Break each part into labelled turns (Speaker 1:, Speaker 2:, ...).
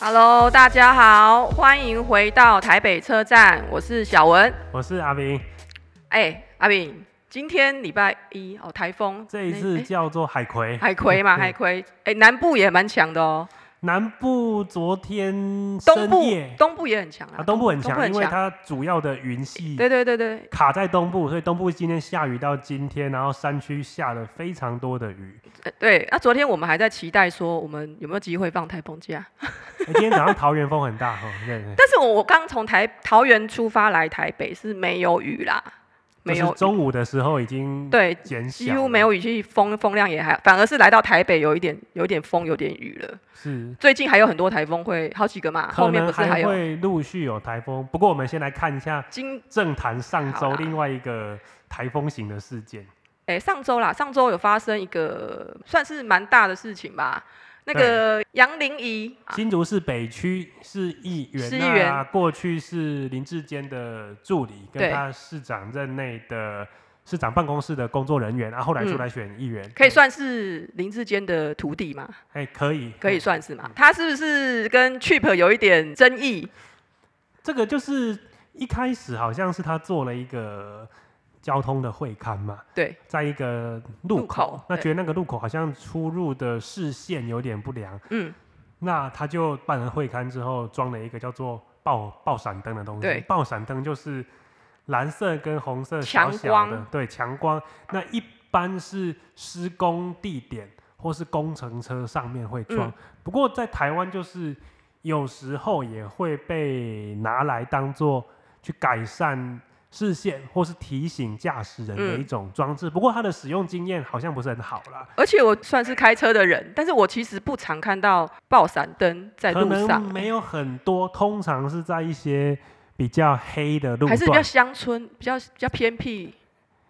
Speaker 1: Hello，大家好，欢迎回到台北车站，我是小文。
Speaker 2: 我是阿明，
Speaker 1: 哎、阿炳，今天礼拜一哦，台风
Speaker 2: 这一
Speaker 1: 那
Speaker 2: 次
Speaker 1: 哎
Speaker 2: 叫做海葵。
Speaker 1: 海葵嘛，
Speaker 2: 嗯
Speaker 1: 海葵，哎、南部也蛮强的哦，
Speaker 2: 南部昨天
Speaker 1: 东
Speaker 2: 深
Speaker 1: 部
Speaker 2: 夜
Speaker 1: 东部也很强啊
Speaker 2: 啊，东部很
Speaker 1: 东部
Speaker 2: 强，
Speaker 1: 很
Speaker 2: 因为
Speaker 1: 强，
Speaker 2: 它主要的云系
Speaker 1: 对对对对
Speaker 2: 卡在东部，所以东部今天下雨到今天，然后山区下了非常多的雨。
Speaker 1: 呃对。那、昨天我们还在期待说，我们有没有机会放台风假？
Speaker 2: 哎今天早上桃园风很大 哈，对对，
Speaker 1: 但是我我刚从台桃园出发来台北是没有雨啦，没
Speaker 2: 就
Speaker 1: 有
Speaker 2: 是中午的时候已经
Speaker 1: 对，
Speaker 2: 减小，啊
Speaker 1: 几乎没，有雨，其实风风量也还，反而是来到台北有一点有一点风有点雨了。
Speaker 2: 是
Speaker 1: 最近还有很多台风会好几个嘛，啊后
Speaker 2: 可
Speaker 1: 面
Speaker 2: 能
Speaker 1: 不是还
Speaker 2: 还
Speaker 1: 有
Speaker 2: 会陆续有台风。不过我们先来看一下
Speaker 1: 今
Speaker 2: 政坛上
Speaker 1: 好
Speaker 2: 周
Speaker 1: 啦
Speaker 2: 另外一个台风型的事件，
Speaker 1: 哎、上周啦，上周有发生一个算是蛮大的事情吧，那个杨玲仪啊
Speaker 2: 新竹市北区市议员、啊，
Speaker 1: 市议员
Speaker 2: 过去是林志坚的助理，
Speaker 1: 对
Speaker 2: 跟他市长任内的市长办公室的工作人员，然、后后来出来选议员，
Speaker 1: 嗯可以算是林志坚的徒弟嘛，
Speaker 2: 哎、可以
Speaker 1: 可以
Speaker 2: 嗯
Speaker 1: 算是嘛。他是不是跟 Chip 有一点争议？
Speaker 2: 这个就是一开始好像是他做了一个交通的会刊嘛，
Speaker 1: 对，
Speaker 2: 在一个路
Speaker 1: 路
Speaker 2: 口，
Speaker 1: 口
Speaker 2: 那
Speaker 1: 对
Speaker 2: 觉得那个路口好像出入的视线有点不良，
Speaker 1: 嗯，
Speaker 2: 那他就办了会刊之后，装了一个叫做爆爆闪灯的东
Speaker 1: 对
Speaker 2: 西。爆闪灯就是蓝色跟红色
Speaker 1: 强
Speaker 2: 小小的
Speaker 1: 光，
Speaker 2: 对，强光。那一般是施工地点或是工程车上面会装，
Speaker 1: 嗯
Speaker 2: 不过在台湾就是有时候也会被拿来当做去改善。视线或是提醒驾驶人的
Speaker 1: 嗯
Speaker 2: 一种装置，不过它的使用经验好像不是很好啦。
Speaker 1: 而且我算是开车的人，但是我其实不常看到爆闪灯在
Speaker 2: 可
Speaker 1: 路上
Speaker 2: 能、没有很多，通常是在一些比较黑的路
Speaker 1: 还是比较
Speaker 2: 段，
Speaker 1: 乡村，比较比较偏僻，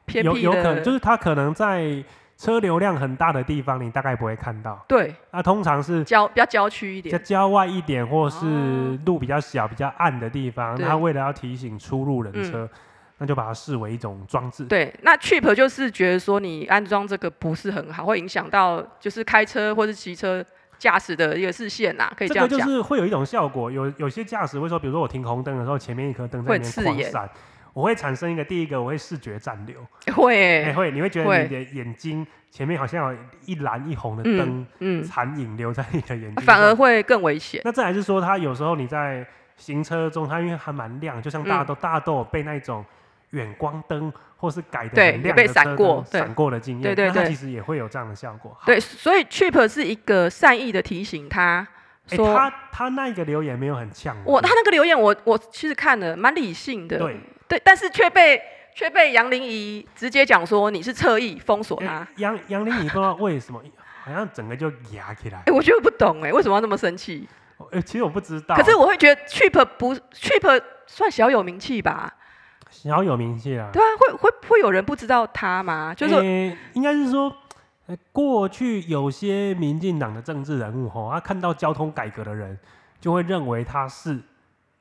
Speaker 1: 偏
Speaker 2: 有
Speaker 1: 僻
Speaker 2: 有
Speaker 1: 的，
Speaker 2: 可能就是它可能在车流量很大的地方，你大概不会看到。
Speaker 1: 对
Speaker 2: 那、通常是
Speaker 1: 郊比较郊区一
Speaker 2: 在
Speaker 1: 点，
Speaker 2: 郊外一点，或
Speaker 1: 哦
Speaker 2: 是路比较小、比较暗的地方，
Speaker 1: 对嗯
Speaker 2: 它为了要提醒出入人车，那就把它视为一种装置。
Speaker 1: 对，那 Chip 就是觉得说你安装这个不是很好，会影响到就是开车或是骑车驾驶的一个视线呐，可以
Speaker 2: 这
Speaker 1: 这
Speaker 2: 个
Speaker 1: 样
Speaker 2: 就
Speaker 1: 讲。
Speaker 2: 是会有一种效果，有有些驾驶会说，比如说我停红灯的时候，前面一颗灯在
Speaker 1: 会
Speaker 2: 里面
Speaker 1: 刺
Speaker 2: 狂
Speaker 1: 眼
Speaker 2: 闪，我会产生一个第一个，我会视觉暂留。
Speaker 1: 会欸、
Speaker 2: 哎、会，你会觉
Speaker 1: 会
Speaker 2: 得你的眼睛前面好像有一蓝一红的灯
Speaker 1: 嗯，
Speaker 2: 残影留在你的眼睛上，
Speaker 1: 反而会更危险。
Speaker 2: 那再来是说，它有时候你在行车中，它因为还蛮亮，就像大家
Speaker 1: 嗯
Speaker 2: 都、大家都有被那种远光灯或是改的
Speaker 1: 对
Speaker 2: 很
Speaker 1: 有
Speaker 2: 亮
Speaker 1: 被
Speaker 2: 的
Speaker 1: 闪
Speaker 2: 车
Speaker 1: 过
Speaker 2: 灯
Speaker 1: 对
Speaker 2: 闪过的经验，
Speaker 1: 对对
Speaker 2: 那它
Speaker 1: 对
Speaker 2: 其实也会有这样的效果。
Speaker 1: 对，所以 Chip 是一个善意的提醒他
Speaker 2: 哎、
Speaker 1: 说，
Speaker 2: 他他那一个留言没有很呛
Speaker 1: 我他那个留言我我其实看了蛮理性的，
Speaker 2: 对，
Speaker 1: 对但是却被却被杨玲仪直接讲说你是侧翼封锁他。
Speaker 2: 哎杨杨丽，你不知道为什么，好像整个就压起来
Speaker 1: 哎、。我觉得不懂哎、为什么要那么生气？
Speaker 2: 哎、其实我不知道，
Speaker 1: 可是我会觉得 Chip 不 Chip 算小有名气吧，
Speaker 2: 小有名气啊。
Speaker 1: 对啊，会会会有人不知道他吗？就是说、
Speaker 2: 诶应该是说，呃过去有些民进党的政治人物吼，他啊看到交通改革的人，就会认为他是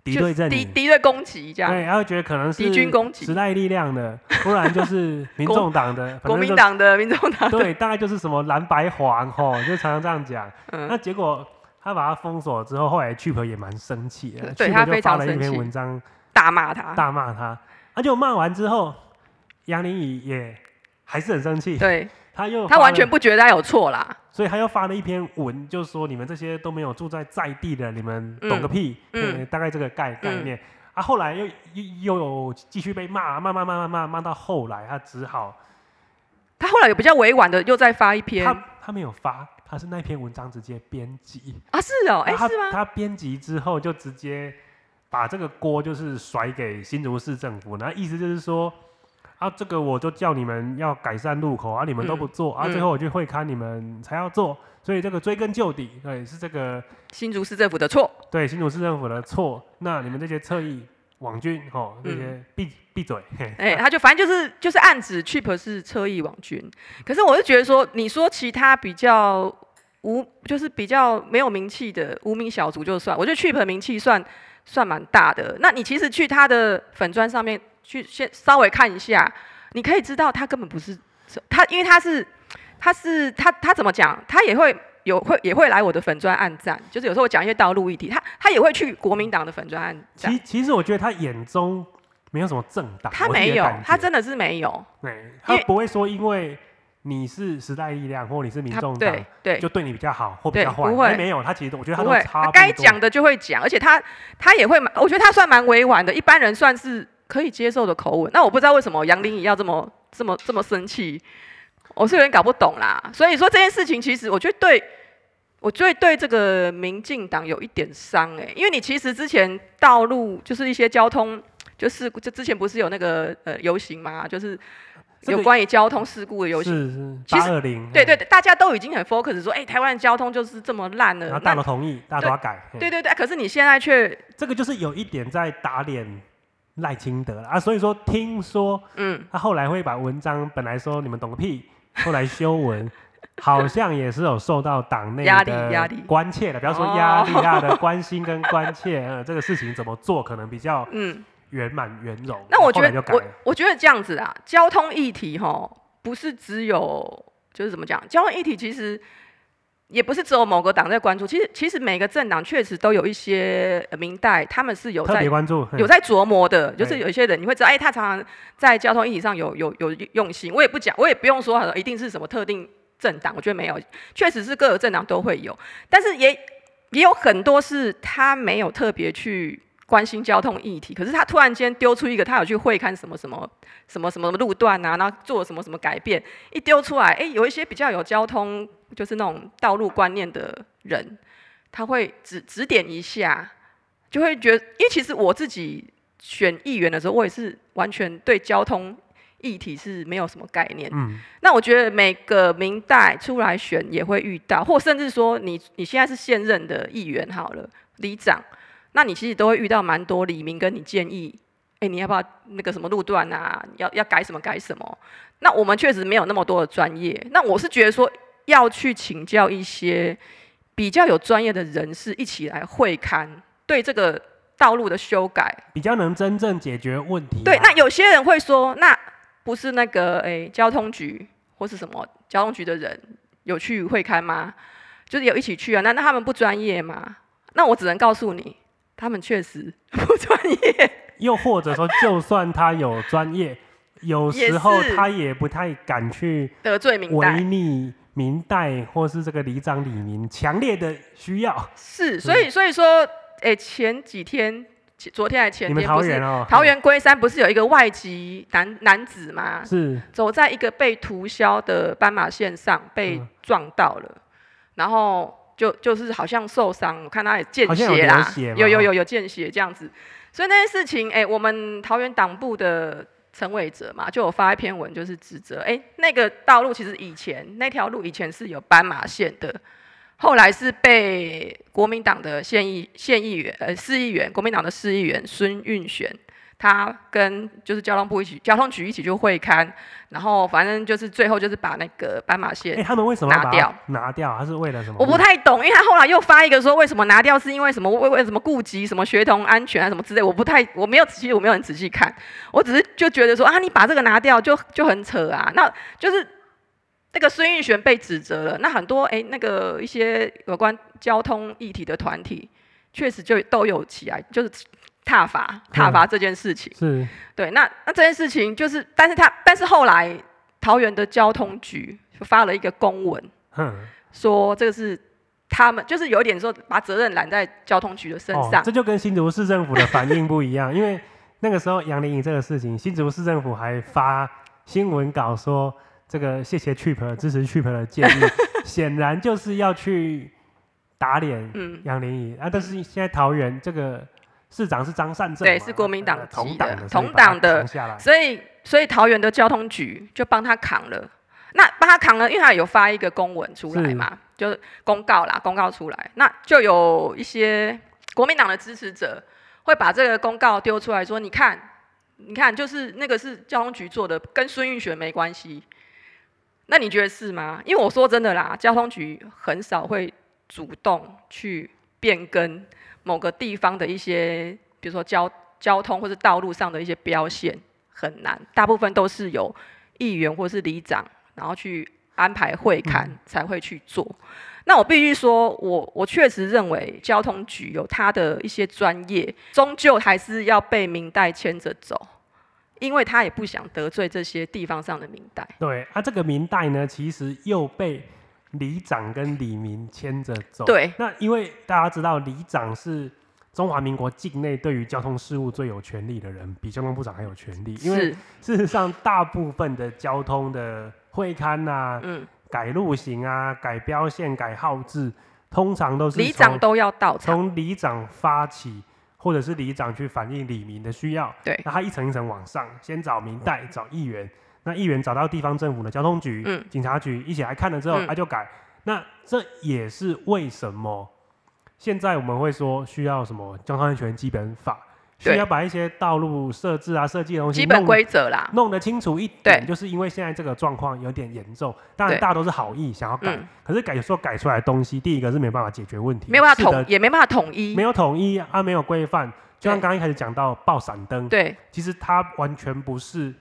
Speaker 2: 敌
Speaker 1: 就
Speaker 2: 对阵
Speaker 1: 敌
Speaker 2: 营，哎
Speaker 1: 敌对攻击这样，
Speaker 2: 对，他会觉得可能是
Speaker 1: 敌军攻击
Speaker 2: 时代力量的，不然就是 民众党的，
Speaker 1: 国
Speaker 2: 反
Speaker 1: 民
Speaker 2: 正就
Speaker 1: 党的、民众党的，
Speaker 2: 对，大概就是什么蓝白黄吼，就常常这样讲。
Speaker 1: 嗯，
Speaker 2: 那结果他把他封锁之后，后来 c h 也蛮生气的，
Speaker 1: 对
Speaker 2: Chip
Speaker 1: 他非
Speaker 2: 就
Speaker 1: 常
Speaker 2: 发了一
Speaker 1: 生
Speaker 2: 篇
Speaker 1: 气啊
Speaker 2: 文章
Speaker 1: 大骂他，
Speaker 2: 大骂他，他就骂完之后，杨林宇也还是很生气，
Speaker 1: 对
Speaker 2: 他又
Speaker 1: 他
Speaker 2: 发
Speaker 1: 完
Speaker 2: 了
Speaker 1: 全不觉得他有错啦，
Speaker 2: 所以他又发了一篇文，就说你们这些都没有住在在地的，你们懂个屁，
Speaker 1: 嗯
Speaker 2: 嗯，大概这个概概念。啊，后来又又又有继续被骂，骂骂骂骂骂骂到后来，他只好
Speaker 1: 他后来有比较委婉的又再发一篇
Speaker 2: 他他没有发，他是那篇文章直接编辑，
Speaker 1: 啊，是哦，哎、
Speaker 2: 然后
Speaker 1: 是
Speaker 2: 他
Speaker 1: 吗？
Speaker 2: 他编辑之后就直接把这个锅就是甩给新竹市政府，那意思就是说。啊，这个我就叫你们要改善路口啊，你们都不做、啊，
Speaker 1: 嗯
Speaker 2: 最后我就会看你们才要做，所以这个追根究底，对，是这个
Speaker 1: 新竹市政府的错，
Speaker 2: 对新竹市政府的错，那你们这些侧翼网军吼，这些
Speaker 1: 嗯
Speaker 2: 闭闭嘴，嘿
Speaker 1: 哎、他就反正就是就是暗指 Chip 是侧翼网军，可是我是觉得说，你说其他比较无，就是比较没有名气的无名小卒就算，我觉得 Chip 名气算算蛮大的。那你其实去他的粉砖上面去先稍微看一下，你可以知道他根本不是他，因为他是他是他他怎么讲，他也会有会也会来我的粉砖暗赞，就是有时候我讲一些道路议题，他他也会去国民党的粉砖暗赞
Speaker 2: 其，其实我觉得他眼中没有什么政党，
Speaker 1: 他
Speaker 2: 我自己
Speaker 1: 没
Speaker 2: 的
Speaker 1: 有
Speaker 2: 感，
Speaker 1: 他
Speaker 2: 觉
Speaker 1: 真的是没有，
Speaker 2: 对，他
Speaker 1: 因为
Speaker 2: 不会说因为你是时代力量或你是民
Speaker 1: 他
Speaker 2: 众党
Speaker 1: 对，对
Speaker 2: 就对你比较好或比
Speaker 1: 对
Speaker 2: 较坏，
Speaker 1: 不会
Speaker 2: 哎没有，他其实我觉得他
Speaker 1: 不
Speaker 2: 都
Speaker 1: 会，
Speaker 2: 差
Speaker 1: 他
Speaker 2: 不
Speaker 1: 该
Speaker 2: 多
Speaker 1: 讲的就会讲，而且他他也会蛮，我觉得他算蛮委婉的，一般人算是可以接受的口吻。那我不知道为什么杨玲仪要这么这么这么生气，我是有点搞不懂啦。所以说这件事情，其实我觉得对。我觉得对这个民进党有一点伤哎、因为你其实之前道路就是一些交通，就是就之前不是有那个呃游行嘛，就是
Speaker 2: 这
Speaker 1: 有
Speaker 2: 个
Speaker 1: 关于交通事故的游行，
Speaker 2: 是是
Speaker 1: 其
Speaker 2: 八
Speaker 1: 实
Speaker 2: 二零，
Speaker 1: 对对
Speaker 2: 嗯，
Speaker 1: 对，大家都已经很 focus 说，哎、台湾的交通就是这么烂了
Speaker 2: 然后，大
Speaker 1: 那
Speaker 2: 头同意，大头要改，嗯
Speaker 1: 对对对，哎可是你现在却
Speaker 2: 这个就是有一点在打脸赖清德了啊，所以说听说
Speaker 1: 嗯，
Speaker 2: 他后来会把文章本来说你们懂个屁， 后来修文，好像也是有受到党内
Speaker 1: 压力
Speaker 2: 的
Speaker 1: 压力哦
Speaker 2: 关切的，不要说压力大的关心跟关切， 呃，这个事情怎么做可能比较
Speaker 1: 嗯，
Speaker 2: 圆满圆融。
Speaker 1: 那我觉
Speaker 2: 后来
Speaker 1: 得
Speaker 2: 就改
Speaker 1: 我
Speaker 2: 了，
Speaker 1: 我觉得这样子啊，交通议题哈，不是只有就是怎么讲，交通议题其实也不是只有某个党在关注，其实其实每个政党确实都有一些呃明代，他们是有
Speaker 2: 特
Speaker 1: 在
Speaker 2: 别关注，嗯
Speaker 1: 有在琢磨的，就是
Speaker 2: 对
Speaker 1: 有一些人你会知道，哎、他常常在交通议题上有有有用心。我也不讲，我也不用说一定是什么特定政党，我觉得没有，确实是各个政党都会有，但是也也有很多是他没有特别去。关心交通议题，可是他突然间丢出一个，他有去会看什么什么什么什么路段啊，然后做什么什么改变，一丢出来，哎、有一些比较有交通就是那种道路观念的人，他会指指点一下，就会觉得，因为其实我自己选议员的时候，我也是完全对交通议题是没有什么概念。
Speaker 2: 嗯，
Speaker 1: 那我觉得每个明代出来选也会遇到，或甚至说你你现在是现任的议员好了，里长，那你其实都会遇到蛮多里民跟你建议，哎，你要不要那个什么路段啊？要要改什么改什么？那我们确实没有那么多的专业，那我是觉得说要去请教一些比较有专业的人士一起来会刊，对这个道路的修改
Speaker 2: 比较能真正解决问题啊。
Speaker 1: 对，那有些人会说，那不是那个诶、交通局或是什么交通局的人有去会刊吗？就是有一起去啊，那那他们不专业吗？那我只能告诉你，他们确实不专业。
Speaker 2: 又或者说，就算他有 专业，有
Speaker 1: 也
Speaker 2: 时候
Speaker 1: 是
Speaker 2: 他也不太敢去
Speaker 1: 得罪明
Speaker 2: 违
Speaker 1: 代
Speaker 2: 逆明代或是这个里长李明强烈的需要。
Speaker 1: 是，所以所以说，诶、前几天，前昨天还前
Speaker 2: 你们
Speaker 1: 天
Speaker 2: 桃
Speaker 1: 不是
Speaker 2: 园哦，
Speaker 1: 桃园龟山不是有一个外籍男男子吗？
Speaker 2: 是
Speaker 1: 走在一个被涂销的斑马线上被
Speaker 2: 嗯
Speaker 1: 撞到了，然后就就是好像受伤，我看他也见
Speaker 2: 好像有
Speaker 1: 血啦
Speaker 2: 流，血嘛
Speaker 1: 有有有有见血这样子，所以那件事情，哎、我们桃园党部的陈伟哲嘛，就有发一篇文，就是指责，哎、那个道路其实以前那条路以前是有斑马线的。后来是被国民党的县议县议员呃市议员，国民党的市议员孙运璇，他跟就是交通部一起交通局一起就会刊，然后反正就是最后就是把那个斑马线
Speaker 2: 哎、他们为什么要
Speaker 1: 拿
Speaker 2: 把它
Speaker 1: 掉？
Speaker 2: 拿掉，他是为了什么？
Speaker 1: 我不太懂，因为他后来又发一个说为什么拿掉是因为什么为为什么顾及什么学童安全啊什么之类，我不太我没有仔细我没有很仔细看，我只是就觉得说啊你把这个拿掉就就很扯啊，那就是那个孙运璇被指责了，那很多哎、那个一些有关交通议题的团体确实就都有起来就是踏伐踏伐这件事情。
Speaker 2: 是
Speaker 1: 对，那那这件事情就是，但是他但是后来桃园的交通局就发了一个公文，
Speaker 2: 哼
Speaker 1: 说这个是他们就是有点说把责任揽在交通局的身
Speaker 2: 哦
Speaker 1: 上，，
Speaker 2: 这就跟新竹市政府的反应不一样，因为那个时候杨丽颖这个事情，新竹市政府还发新闻稿说这个谢谢 Trip 支持 Trip 的 建议，显然就是要去打脸
Speaker 1: 嗯，
Speaker 2: 杨林怡啊，但是现在桃园这个市长是张善政嘛，
Speaker 1: 对是国民党
Speaker 2: 呃
Speaker 1: 籍的
Speaker 2: 同党的，
Speaker 1: 同
Speaker 2: 所以把他
Speaker 1: 党的
Speaker 2: 扛下来，
Speaker 1: 所以所以桃园的交通局就帮他扛了，那帮他扛了，因为他有发一个公文出来嘛，就是公告啦，公告出来，那就有一些国民党的支持者会把这个公告丢出来说，你看，你看，就是那个是交通局做的，跟孙运璇没关系。那你觉得是吗？因为我说真的啦，交通局很少会主动去变更某个地方的一些，比如说交交通或是道路上的一些标线，很难，大部分都是由议员或是里长，然后去安排会刊
Speaker 2: 嗯
Speaker 1: 才会去做。那我必须说，我我确实认为交通局有它的一些专业，终究还是要被明代牵着走，因为他也不想得罪这些地方上的明代。
Speaker 2: 对啊，这个明代呢，其实又被里长跟李明牵着走。，
Speaker 1: 对，
Speaker 2: 那因为大家知道里长是中华民国境内对于交通事务最有权力的人，比交通部长还有权力。因为
Speaker 1: 是，
Speaker 2: 事实上，大部分的交通的会刊啊、
Speaker 1: 嗯，
Speaker 2: 改路型啊、改标线、改号志，通常都是
Speaker 1: 里长
Speaker 2: 从
Speaker 1: 都要到场。
Speaker 2: 从里长发起，或者是里长去反映里民的需要。
Speaker 1: 对
Speaker 2: 那他一层一层往上，先找民代，找议员，那议员找到地方政府的交通局、
Speaker 1: 嗯
Speaker 2: 警察局一起来看了之后，
Speaker 1: 嗯
Speaker 2: 他就改。那这也是为什么现在我们会说需要什么交通安全基本法，需
Speaker 1: 对
Speaker 2: 要把一些道路设置啊、设计的东西
Speaker 1: 基本
Speaker 2: 弄
Speaker 1: 规则啦，
Speaker 2: 弄得清楚一点，
Speaker 1: 对
Speaker 2: 就是因为现在这个状况有点严重，当然
Speaker 1: 对
Speaker 2: 大家都是好意想要改，
Speaker 1: 嗯
Speaker 2: 可是改有时候改出来的东西，第一个是没办法解决问题，
Speaker 1: 没有办法
Speaker 2: 是的
Speaker 1: 统，也没办法统一
Speaker 2: 没。有统一啊，没有规范。就像
Speaker 1: 对
Speaker 2: 刚刚一开始讲到爆闪灯，
Speaker 1: 对，
Speaker 2: 其实它完全不是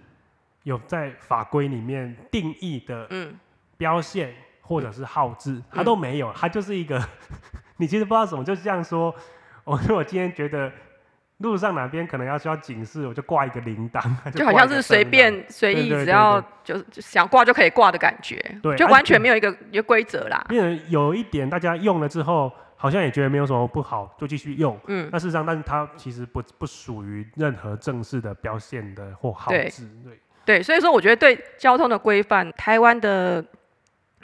Speaker 2: 有在法规里面定义的
Speaker 1: 嗯，
Speaker 2: 标线或者是号志，它都没有，它就是一个 你其实不知道什么，就像说， 我如果今天觉得路上哪边可能要需要警示，我就挂一个铃铛，
Speaker 1: 就好像是随
Speaker 2: 挂一个灯
Speaker 1: 便随意，
Speaker 2: 对对
Speaker 1: 只要就就想挂就可以挂的感觉
Speaker 2: 对，
Speaker 1: 就
Speaker 2: 而
Speaker 1: 完
Speaker 2: 且
Speaker 1: 全没有一个一个规则啦
Speaker 2: 这样，。因为有一点大家用了之后，好像也觉得没有什么不好，就继续用。
Speaker 1: 嗯，
Speaker 2: 那事实上，但是它其实不不属于任何正式的标线的或号
Speaker 1: 对
Speaker 2: 志，对，
Speaker 1: 对，所以说我觉得对交通的规范，台湾的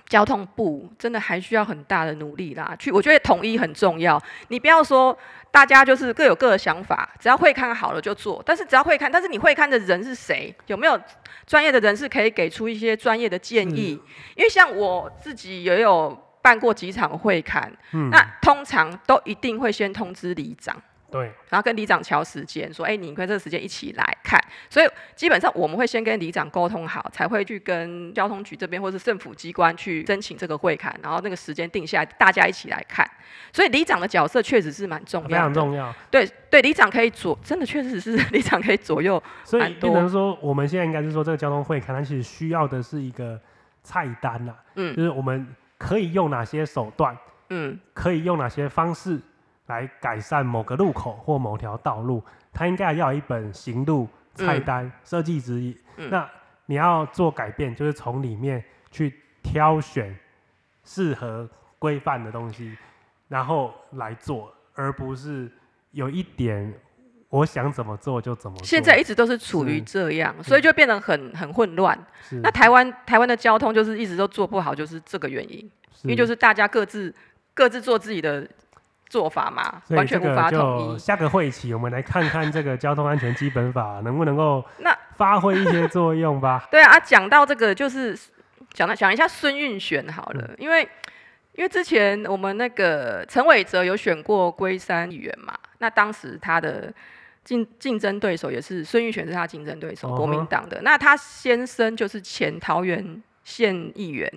Speaker 1: 交通部真的还需要很大的努力啦。去，我觉得统一很重要。你不要说大家就是各有各的想法，只要会看好了就做。但是只要会看，但是你会看的人是谁？有没有专业的人士可以给出一些专业的建议？因为像我自己也有办过几场会看，
Speaker 2: 嗯，
Speaker 1: 那通常都一定会先通知里长。
Speaker 2: 对，
Speaker 1: 然后跟里长调时间，说，哎，你跟这个时间一起来看。所以基本上我们会先跟里长沟通好，才会去跟交通局这边或是政府机关去申请这个会刊，然后那个时间定下来，大家一起来看。所以里长的角色确实是蛮重
Speaker 2: 哦非
Speaker 1: 要
Speaker 2: 常
Speaker 1: 的，
Speaker 2: 重要。
Speaker 1: 对对，里长可以左，真的确实是 里长可以左右，
Speaker 2: 所以
Speaker 1: 蛮
Speaker 2: 变
Speaker 1: 多
Speaker 2: 成说，我们现在应该是说，这个交通会刊它其实需要的是一个菜单啦、
Speaker 1: 嗯
Speaker 2: 就是我们可以用哪些手段，
Speaker 1: 嗯，
Speaker 2: 可以用哪些方式来改善某个路口或某条道路，它应该要有一本行路菜单设计指引。
Speaker 1: 嗯
Speaker 2: 那你要做改变，就是从里面去挑选适合规范的东西，然后来做，而不是有一点我想怎么做就怎么做。
Speaker 1: 现在一直都是处于
Speaker 2: 是嗯
Speaker 1: 这样，所以就变得很很混乱。
Speaker 2: 是
Speaker 1: 那台湾台湾的交通就是一直都做不好，就是这个原因。因为就是大家各自各自做自己的做法嘛，
Speaker 2: 所以
Speaker 1: 完
Speaker 2: 这
Speaker 1: 全无
Speaker 2: 个
Speaker 1: 法
Speaker 2: 就
Speaker 1: 统一。
Speaker 2: 下个会期，我们来看看这个交通安全基本法能不能够
Speaker 1: 那
Speaker 2: 发挥一些作 用吧。
Speaker 1: 对啊，啊讲到这个就是讲到讲一下孙运璇好
Speaker 2: 嗯
Speaker 1: 了，因为因为之前我们那个陈伟哲有选过龟山议员嘛，那当时他的。竞竞争对手也是孙运璇，是他竞争对手，
Speaker 2: 嗯哼
Speaker 1: 国民党的。那他先生就是前桃园县议员，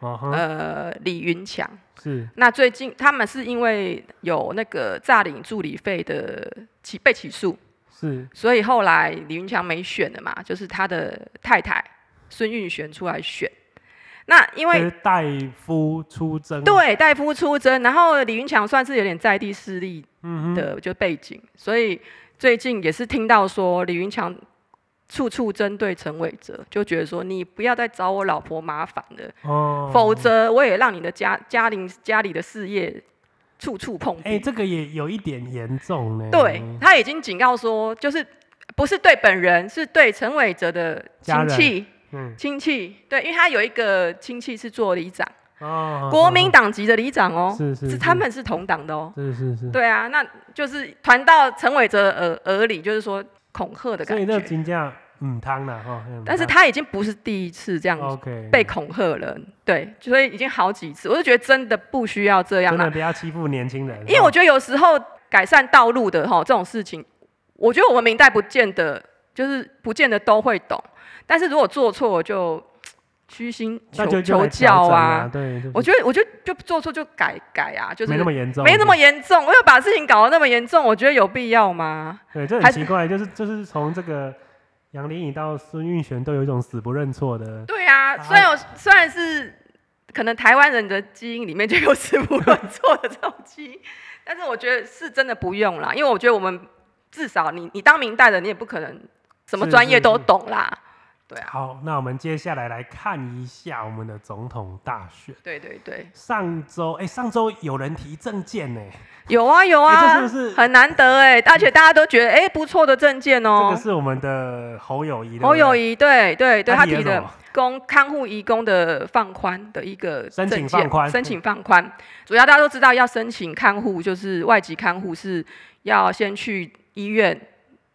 Speaker 2: 哦哼，
Speaker 1: 呃，李云强。
Speaker 2: 是
Speaker 1: 那最近他们是因为有那个诈领助理费的起被起诉，
Speaker 2: 是，
Speaker 1: 所以后来李云强没选了嘛，就是他的太太孙运璇出来选。那因
Speaker 2: 这
Speaker 1: 为
Speaker 2: 是代夫出征，，
Speaker 1: 对戴夫出征，然后李云强算是有点在地势力
Speaker 2: 嗯哼，
Speaker 1: 的就背景，所以最近也是听到说李云强处处针对陈伟哲，就觉得说你不要再找我老婆麻烦了，
Speaker 2: 哦
Speaker 1: 否，则我也让你的家家庭家里的事业处处碰壁。
Speaker 2: 哎，这个也有一点严重呢。
Speaker 1: 对，他已经警告说，就是不是对本人，是对陈伟哲的
Speaker 2: 家
Speaker 1: 亲
Speaker 2: 人
Speaker 1: 戚
Speaker 2: 嗯，
Speaker 1: 亲戚。对，因为他有一个亲戚是做里长，
Speaker 2: 哦，
Speaker 1: 国民党籍的里长哦，
Speaker 2: 是是
Speaker 1: 他，们是同党的哦。
Speaker 2: 是是是，
Speaker 1: 对啊，那就是传到陈伟哲耳耳里，就是说恐吓的
Speaker 2: 所以
Speaker 1: 感
Speaker 2: 那
Speaker 1: 觉。
Speaker 2: 金价嗯汤了哈，嗯
Speaker 1: 但是
Speaker 2: 汤
Speaker 1: 他已经不是第一次这样
Speaker 2: 哦 OK
Speaker 1: 被恐吓了，对，所以已经好几次，我就觉得真的不需要这样
Speaker 2: 真
Speaker 1: 啦
Speaker 2: 的。不要欺负年轻人，
Speaker 1: 因为我
Speaker 2: 哦
Speaker 1: 觉得有时候改善道路的哈这种事情，我觉得我们明代不见得就是不见得都会懂，但是如果做错就虚心
Speaker 2: 那
Speaker 1: 求
Speaker 2: 就就
Speaker 1: 求
Speaker 2: 来调
Speaker 1: 教
Speaker 2: 整
Speaker 1: 啊。
Speaker 2: 对，就是
Speaker 1: 我觉得我觉得就做错就改改啊，就是
Speaker 2: 没那么严重，
Speaker 1: 没那么严重，我有把事情搞得那么严重，我觉得有必要吗？
Speaker 2: 对，这
Speaker 1: 还
Speaker 2: 很奇怪，就是就是从这个杨林颖到孙运璇都有一种死不认错 的，
Speaker 1: 对啊，
Speaker 2: 答案
Speaker 1: 虽然我虽然是可能台湾人的基因里面就有死不论错的这种基因，但是我觉得是真的不用啦，因为我觉得我们至少你你当明代的，你也不可能什么
Speaker 2: 是
Speaker 1: 专
Speaker 2: 是
Speaker 1: 业都
Speaker 2: 是
Speaker 1: 懂啦。对啊，
Speaker 2: 好，那我们接下来来看一下我们的总统大选。
Speaker 1: 对对对，
Speaker 2: 上周，哎、上周有人提证件呢、
Speaker 1: 有啊有啊，
Speaker 2: 哎这是不是
Speaker 1: 很难得哎、而且大家都觉得哎、不错的证件
Speaker 2: 这
Speaker 1: 哦、
Speaker 2: 个是我们的侯友谊，
Speaker 1: 侯友
Speaker 2: 谊
Speaker 1: 谊对对对，
Speaker 2: 他
Speaker 1: 他
Speaker 2: 提了
Speaker 1: 提
Speaker 2: 什
Speaker 1: 的
Speaker 2: 么
Speaker 1: 公看护移工的放宽的一个
Speaker 2: 申请
Speaker 1: 证件
Speaker 2: 放宽
Speaker 1: 申请放宽，主要大家都知道要申请看护，就是外籍看护是要先去医院。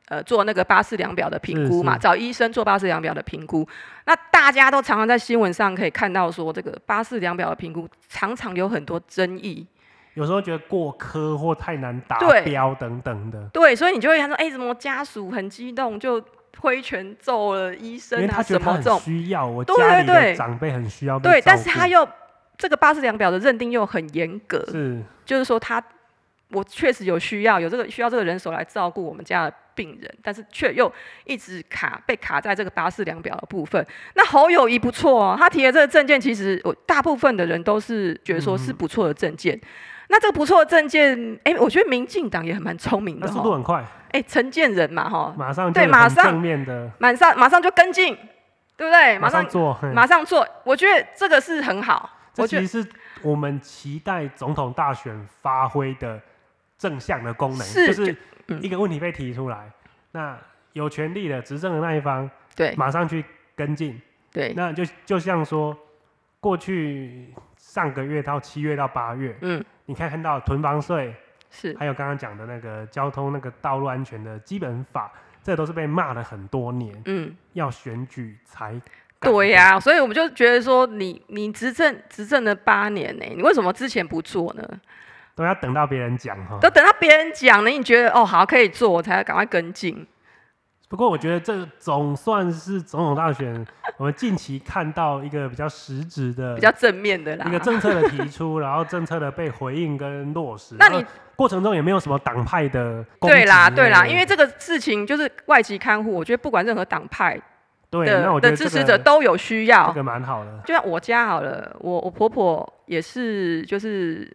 Speaker 1: 呃，做那个巴氏量表的评估嘛，
Speaker 2: 是是
Speaker 1: 找医生做巴氏量表的评估。那大家都常常在新闻上可以看到说，这个巴氏量表的评估常常有很多争议。
Speaker 2: 有时候觉得过科或太难达
Speaker 1: 对
Speaker 2: 标等等的，
Speaker 1: 对，所以你就会看说，哎、怎么家属很激动就挥拳揍了医
Speaker 2: 因为
Speaker 1: 生
Speaker 2: 他
Speaker 1: 啊
Speaker 2: 觉得
Speaker 1: 什
Speaker 2: 他
Speaker 1: 么这种
Speaker 2: 很？需要，我
Speaker 1: 对
Speaker 2: 家里
Speaker 1: 对
Speaker 2: 的
Speaker 1: 对
Speaker 2: 长辈很需要被
Speaker 1: 对，但
Speaker 2: 照
Speaker 1: 是他
Speaker 2: 顾
Speaker 1: 又这个八十量表的认定又很严格，
Speaker 2: 是
Speaker 1: 就是说他我确实有需要，有这个需要这个人手来照顾我们家的病人，但是却又一直卡被卡在这个八四量表的部分。那侯友谊不错哦，他提的这个证件，其实我大部分的人都是觉得说
Speaker 2: 嗯
Speaker 1: 是不错的证件。那这个不错的证件，哎，我觉得民进党也很蛮聪明
Speaker 2: 那
Speaker 1: 的
Speaker 2: 速度
Speaker 1: 哦。
Speaker 2: 很快，
Speaker 1: 哎，陈建仁嘛哈，
Speaker 2: 马上就
Speaker 1: 对
Speaker 2: 有
Speaker 1: 马
Speaker 2: 很
Speaker 1: 上
Speaker 2: 正面的，
Speaker 1: 马上马上就跟进，对不对？马上
Speaker 2: 做。嘿
Speaker 1: 马上做，我觉得这个是很好。
Speaker 2: 这
Speaker 1: 我觉得
Speaker 2: 其实是我们期待总统大选发挥的正向的功能，
Speaker 1: 是
Speaker 2: 就是
Speaker 1: 就嗯
Speaker 2: 一个问题被提出来，那有权利的执政的那一方
Speaker 1: 对
Speaker 2: 马上去跟进，
Speaker 1: 对，
Speaker 2: 那就就像说过去上个月到七月到八月，
Speaker 1: 嗯，
Speaker 2: 你可以看到囤房税，
Speaker 1: 是
Speaker 2: 还有刚刚讲的那个交通那个道路安全的基本法，这都是被骂了很多年，
Speaker 1: 嗯。
Speaker 2: 要选举才
Speaker 1: 对
Speaker 2: 敢动、
Speaker 1: 呀、所以我们就觉得说你，你执政执政了八年呢、你为什么之前不做呢？
Speaker 2: 都要等到别人讲哈。
Speaker 1: 都等到别人讲了，你觉得哦好可以做，我才赶快跟进。
Speaker 2: 不过我觉得这总算是总统大选，我们近期看到一个比较实质的
Speaker 1: 比较正面的啦
Speaker 2: 呃一。个政策的提出，然后政策的被回应跟落实。
Speaker 1: 那你
Speaker 2: 然后过程中也没有什么党派的攻击
Speaker 1: 对啦，对啦，
Speaker 2: 欸
Speaker 1: 因为这个事情就是外籍看护，我觉得不管任何党派
Speaker 2: 对
Speaker 1: 的
Speaker 2: 那我觉
Speaker 1: 的
Speaker 2: 得这
Speaker 1: 支
Speaker 2: 个
Speaker 1: 持者都有需要。
Speaker 2: 这个蛮好的，
Speaker 1: 就像我家好了，我我婆婆也是，就是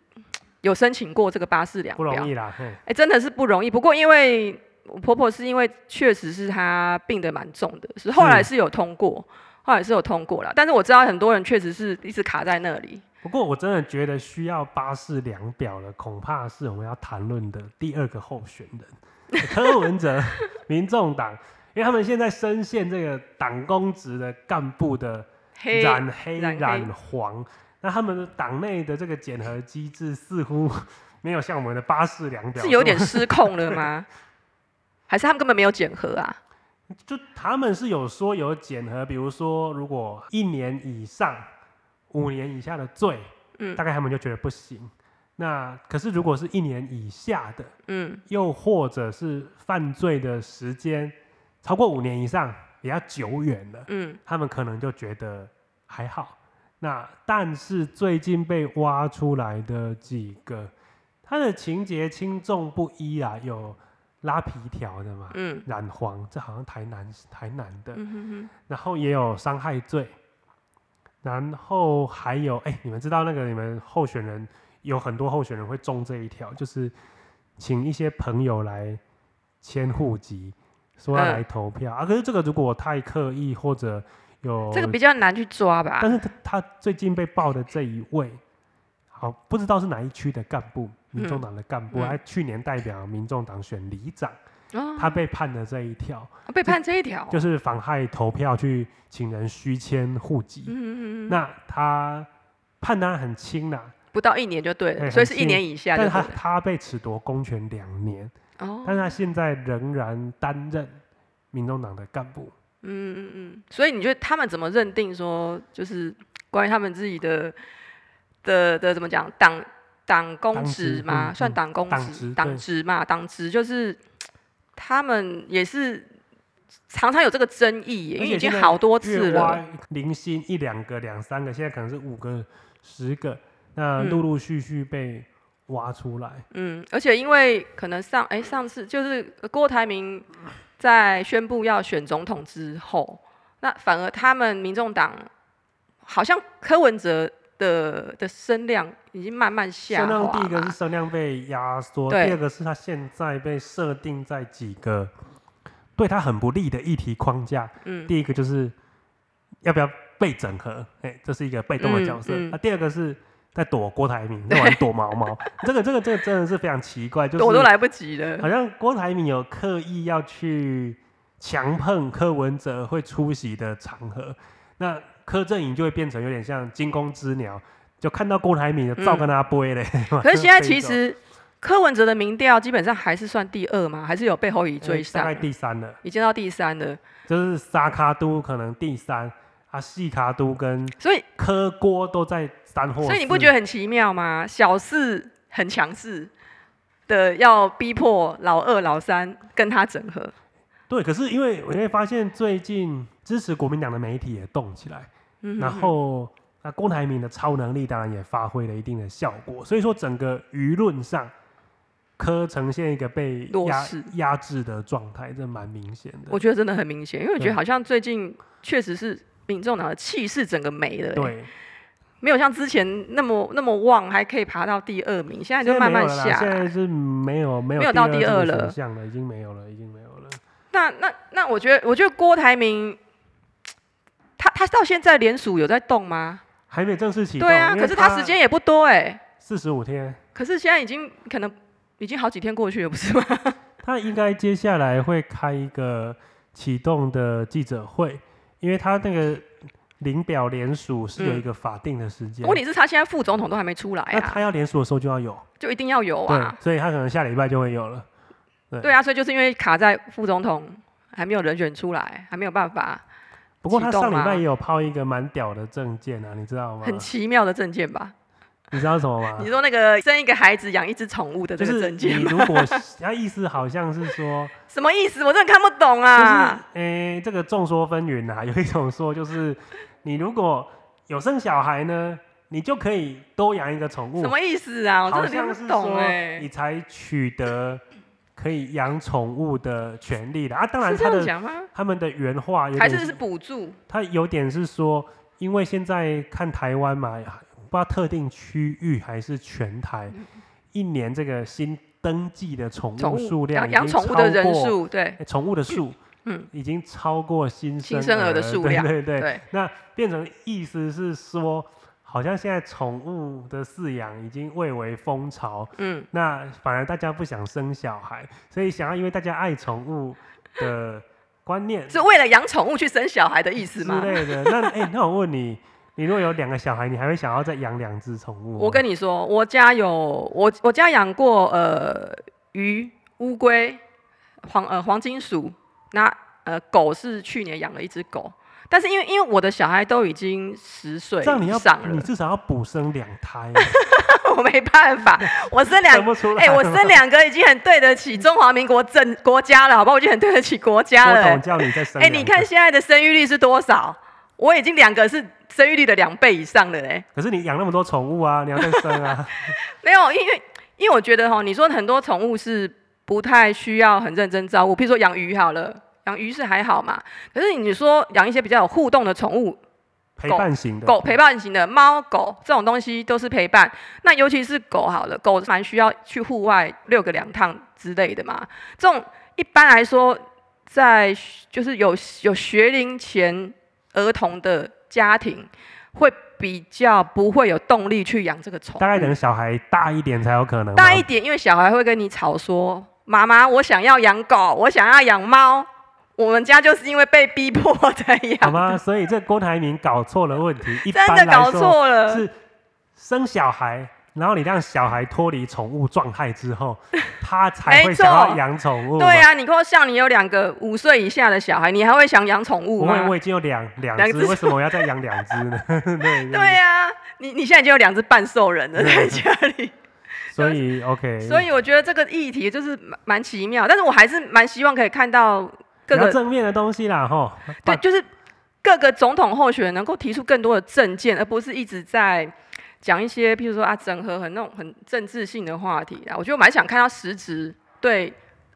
Speaker 1: 有申请过这个八四两
Speaker 2: 不
Speaker 1: 表，
Speaker 2: 容易啦。嘿
Speaker 1: 哎、真的是不容易。不过因为我婆婆是因为确实是她病得蛮重的，是后
Speaker 2: 嗯
Speaker 1: 来是有通过，后来是有通过了。但是我知道很多人确实是一直卡在那里。
Speaker 2: 不过我真的觉得需要巴士量表的，恐怕是我们要谈论的第二个候选人柯 文哲、民众党，因为他们现在深陷这个党公职的干部的
Speaker 1: 嘿，
Speaker 2: 染黑
Speaker 1: 染黑
Speaker 2: 染黄，那他们的党内的这个检核机制似乎 没有像我们的巴士量表
Speaker 1: 是有
Speaker 2: 这么
Speaker 1: 点失控了吗？还是他们根本没有检核啊？
Speaker 2: 就他们是有说有检核，比如说如果一年以上、五年以下的罪，
Speaker 1: 嗯
Speaker 2: 大概他们就觉得不行。那可是如果是一年以下的，
Speaker 1: 嗯，
Speaker 2: 又或者是犯罪的时间超过五年以上，比较久远了，
Speaker 1: 嗯，
Speaker 2: 他们可能就觉得还好。那但是最近被挖出来的几个，他的情节轻重不一啊，有拉皮条的嘛，
Speaker 1: 嗯，
Speaker 2: 染黄，这好像台南台南的，
Speaker 1: 嗯哼哼，
Speaker 2: 然后也有伤害罪，然后还有哎、你们知道那个你们候选人有很多候选人会中这一条，就是请一些朋友来迁户籍，说要
Speaker 1: 嗯
Speaker 2: 来投票、啊。可是这个如果太刻意或者有
Speaker 1: 这个比较难去抓吧
Speaker 2: 哦但？是他他最近被爆的这一位，好不知道是哪一区的干部，民众党的干部，
Speaker 1: 嗯
Speaker 2: 他去年代表民众党选里长，
Speaker 1: 哦，
Speaker 2: 他被判的这一条
Speaker 1: 啊被判这一条，，
Speaker 2: 就是是妨害投票去请人虚迁户籍，
Speaker 1: 嗯嗯嗯，
Speaker 2: 那他判当然很轻啦，
Speaker 1: 不到一年就对
Speaker 2: 哎
Speaker 1: 了，所以是
Speaker 2: 很
Speaker 1: 一年以下
Speaker 2: 但
Speaker 1: 就是对
Speaker 2: 他
Speaker 1: 了。
Speaker 2: 他被褫夺公权两年，
Speaker 1: 哦，
Speaker 2: 但是他现在仍然担任民众党的干部，
Speaker 1: 嗯嗯嗯，所以你觉得他们怎么认定说，就是关于他们自己的的的怎么讲，党党公
Speaker 2: 党职
Speaker 1: 职吗？
Speaker 2: 嗯
Speaker 1: 算
Speaker 2: 嗯
Speaker 1: 党公
Speaker 2: 党职
Speaker 1: 职，
Speaker 2: 对
Speaker 1: 党职嘛，党职就是他们也是常常有这个争议耶，因
Speaker 2: 而
Speaker 1: 为
Speaker 2: 且
Speaker 1: 已经
Speaker 2: 现在
Speaker 1: 好多次
Speaker 2: 越挖
Speaker 1: 了。
Speaker 2: 零星一两个、两三个，现在可能是五个、十个，那
Speaker 1: 嗯
Speaker 2: 陆陆续续被挖出来。
Speaker 1: 嗯，而且因为可能上哎上次就是郭台铭在宣布要选总统之后，那反而他们民众党好像柯文哲的的声量已经慢慢下
Speaker 2: 声量
Speaker 1: 滑
Speaker 2: 第一个是
Speaker 1: 嘛
Speaker 2: 声量被压缩，第
Speaker 1: 对
Speaker 2: 二个是它现在被设定在几个对它很不利的议题框架。
Speaker 1: 嗯
Speaker 2: 第一个就是要不要被整合，哎、这是一个被动的角色。那、
Speaker 1: 嗯嗯
Speaker 2: 第二个是在躲郭台铭，在玩躲毛毛。 这个这个这个真的是非常奇怪，就是
Speaker 1: 我都来不及了。
Speaker 2: 好像郭台铭有刻意要去强碰柯文哲会出席的场合，那柯震宇就会变成有点像惊弓之鸟，就看到郭台铭就照跟他播嘞。
Speaker 1: 嗯 可是现 在
Speaker 2: 被
Speaker 1: 其
Speaker 2: 揍
Speaker 1: 实柯文哲的民调基本上还是算第二嘛，还是有被侯友宜追
Speaker 2: 嗯大
Speaker 1: 上
Speaker 2: 概，第三了，
Speaker 1: 已经到第三了。
Speaker 2: 就是沙卡都可能第三，啊细卡都跟
Speaker 1: 所以
Speaker 2: 柯郭都在三或四，
Speaker 1: 所以你不觉得很奇妙吗？小四很强势的要逼迫老二、老三跟他整合，
Speaker 2: 对，可是因为我会发现最近支持国民党的媒体也动起来，
Speaker 1: 嗯
Speaker 2: 然后那郭台铭的超能力当然也发挥了一定的效果，所以说整个舆论上，柯呈现一个被
Speaker 1: 弱
Speaker 2: 压
Speaker 1: 势
Speaker 2: 压制的状态，这蛮明显的。
Speaker 1: 我觉得真的很明显，因为我觉
Speaker 2: 对
Speaker 1: 得好像最近确实是民众党的气势整个没了、欸，，
Speaker 2: 对，
Speaker 1: 没有像之前那么那么旺，还可以爬到第二名，现在
Speaker 2: 现
Speaker 1: 就
Speaker 2: 在
Speaker 1: 慢
Speaker 2: 没有
Speaker 1: 慢
Speaker 2: 了啦
Speaker 1: 下
Speaker 2: 现
Speaker 1: 来。
Speaker 2: 在是没有没有
Speaker 1: 没有到第
Speaker 2: 二
Speaker 1: 二
Speaker 2: 这
Speaker 1: 了
Speaker 2: 个选项了，已经没有了，已经没有了。
Speaker 1: 那那那，我觉得我觉得郭台铭，他他到现在联署有在动吗？
Speaker 2: 还没正式启动，
Speaker 1: 对啊，可是他时间也不多哎、
Speaker 2: 四十五天，
Speaker 1: 可是现在已经可能已经好几天过去了，不是吗？
Speaker 2: 他应该接下来会开一个启动的记者会，因为他那个领表联署是有一个法定的时间，
Speaker 1: 问题是，他现在副总统都还没出来
Speaker 2: 那
Speaker 1: 啊，
Speaker 2: 他要联署的时候就要有，
Speaker 1: 就一定要有
Speaker 2: 对
Speaker 1: 啊，，
Speaker 2: 所以他可能下礼拜就会有了。对
Speaker 1: 对啊，所以就是因为卡在副总统还没有人选出来，还没有办法，
Speaker 2: 不过他
Speaker 1: 启动
Speaker 2: 上
Speaker 1: 吗
Speaker 2: 礼拜也有抛一个蛮屌的证件啊，你知道吗？
Speaker 1: 很奇妙的证件吧？
Speaker 2: 你知道什么吗
Speaker 1: 你？说那个生一个孩子养一只宠物的
Speaker 2: 啊就
Speaker 1: 这个
Speaker 2: 是
Speaker 1: 证
Speaker 2: 你
Speaker 1: 件吗，
Speaker 2: 如果他意思好像是说，
Speaker 1: 什么意思？我真的看不懂 啊！
Speaker 2: 就是诶、这个众说纷纭啊，有 一种说就是你如果有生小孩呢，你就可以多养一个宠物
Speaker 1: 什，么意思啊？我真
Speaker 2: 好
Speaker 1: 的
Speaker 2: 像
Speaker 1: 听
Speaker 2: 是
Speaker 1: 不
Speaker 2: 说
Speaker 1: 懂哎、
Speaker 2: 你才取得可以养宠物的权利的啊。当然，
Speaker 1: 是这
Speaker 2: 他
Speaker 1: 样
Speaker 2: 的
Speaker 1: 讲吗？
Speaker 2: 他们的原话有
Speaker 1: 还
Speaker 2: 点
Speaker 1: 是是补助？
Speaker 2: 他有点是说，因为现在看台湾嘛，不知道特定区域还是全台，一年这个新登记的宠
Speaker 1: 嗯宠
Speaker 2: 物数
Speaker 1: 物养
Speaker 2: 量已
Speaker 1: 养
Speaker 2: 经
Speaker 1: 宠物的
Speaker 2: 超
Speaker 1: 人
Speaker 2: 过
Speaker 1: 数，对
Speaker 2: 哎宠物的数，
Speaker 1: 嗯
Speaker 2: 已经超过新
Speaker 1: 新生儿的数量
Speaker 2: 对对对，
Speaker 1: 对，
Speaker 2: 那变成意思是说，好像现在宠物的饲养已经蔚为风潮，
Speaker 1: 嗯，
Speaker 2: 那反而大家不想生小孩，所以想要因为大家爱宠物的观 念
Speaker 1: 是为了养宠物去生小孩的意思
Speaker 2: 之
Speaker 1: 吗？
Speaker 2: 类的。 那哎、那我问你，你如果有两个小孩，你还会想要再养两只宠物吗？
Speaker 1: 我跟你说，我家有我我家养过呃鱼、乌龟、黄呃黄金鼠，那呃狗是去年养了一只狗，但是因为因为我的小孩都已经十岁
Speaker 2: 这样你
Speaker 1: 以
Speaker 2: 要
Speaker 1: 上
Speaker 2: 你
Speaker 1: 了，
Speaker 2: 至少要补生两 胎，啊
Speaker 1: 我没办 法，我生两
Speaker 2: 生不出来
Speaker 1: 哎、
Speaker 2: 吗。
Speaker 1: 我生两个已经很对得起中华民国政国家了，好不好？我已经很对得起国家了、
Speaker 2: 郭董叫你再生
Speaker 1: 哎、
Speaker 2: 两个。
Speaker 1: 你看现在的生育率是多少？我已经两个是生育率的两倍以上了嘞、
Speaker 2: 可是你养那么多宠物啊，你要再生啊。
Speaker 1: 没有，因为因为我觉得哈，你说很多宠物是不太需要很认真照顾，譬如说养鱼好了，养鱼是还好嘛。可是你说养一些比较有互动的宠物，
Speaker 2: 陪伴型的
Speaker 1: 狗陪嗯伴型的，猫狗这种东西都是陪伴。那尤其是狗好了，狗蛮需要去户外遛个两趟之类的嘛。这种一般来说，在就是有有学龄前儿童的家庭会。比较不会有动力去养这个宠物，
Speaker 2: 大概等小孩大一点才有可能吗。
Speaker 1: 大一点，因为小孩会跟你吵说：“妈妈，我想要养狗，我想要养猫。”我们家就是因为被逼迫才
Speaker 2: 好
Speaker 1: 养，
Speaker 2: 吗？所以这郭台铭搞错了问题，一般
Speaker 1: 真的
Speaker 2: 来
Speaker 1: 搞
Speaker 2: 说
Speaker 1: 错了。
Speaker 2: 是生小孩，然后你让小孩脱离宠物状态之后， 他才会
Speaker 1: 没错
Speaker 2: 想要养宠物嘛。
Speaker 1: 对啊，你说像你有两个五岁以下的小孩，你还会想养宠物
Speaker 2: 我我
Speaker 1: 吗？
Speaker 2: 已经有两两
Speaker 1: 两
Speaker 2: 只，
Speaker 1: 只
Speaker 2: 为什么我要再养两只 呢？对
Speaker 1: 对啊，你你现在已经有两只半兽人了在
Speaker 2: 对
Speaker 1: 家 里，
Speaker 2: 所以 OK，
Speaker 1: 所以我觉得这个议题就是蛮蛮奇妙，但是我还是蛮希望可以看到各
Speaker 2: 比较
Speaker 1: 个嗯
Speaker 2: 正面的东西啦，吼。
Speaker 1: 对，就是各个总统候选人能够提出更多的政见，而不是一直在讲一些，譬如说啊，整合很那种很政治性的话题啊。我觉得我蛮想看到实质对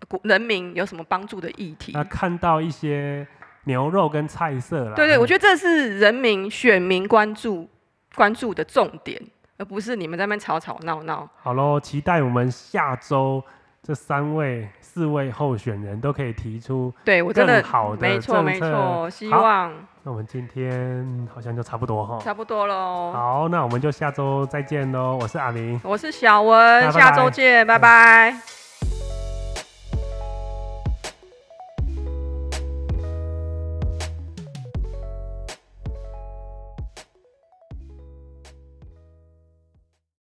Speaker 1: 国人民有什么帮助的议题。
Speaker 2: 那看到一些牛肉跟菜色啦，
Speaker 1: 对对，我觉
Speaker 2: 得
Speaker 1: 得这是人民选民关注关注的重点，而不是你们在那边吵吵闹闹。
Speaker 2: 好喽，期待我们下周这三位、四位候选人都可以提出。
Speaker 1: 对我真的
Speaker 2: 更好的
Speaker 1: 没错
Speaker 2: 政
Speaker 1: 没
Speaker 2: 策
Speaker 1: 错，希望
Speaker 2: 那我们今天好像就差不多哈。
Speaker 1: 差不多喽。
Speaker 2: 好，那我们就下周再见喽。我是阿明。
Speaker 1: 我是小文，
Speaker 2: 那拜
Speaker 1: 下
Speaker 2: 拜
Speaker 1: 周见，拜拜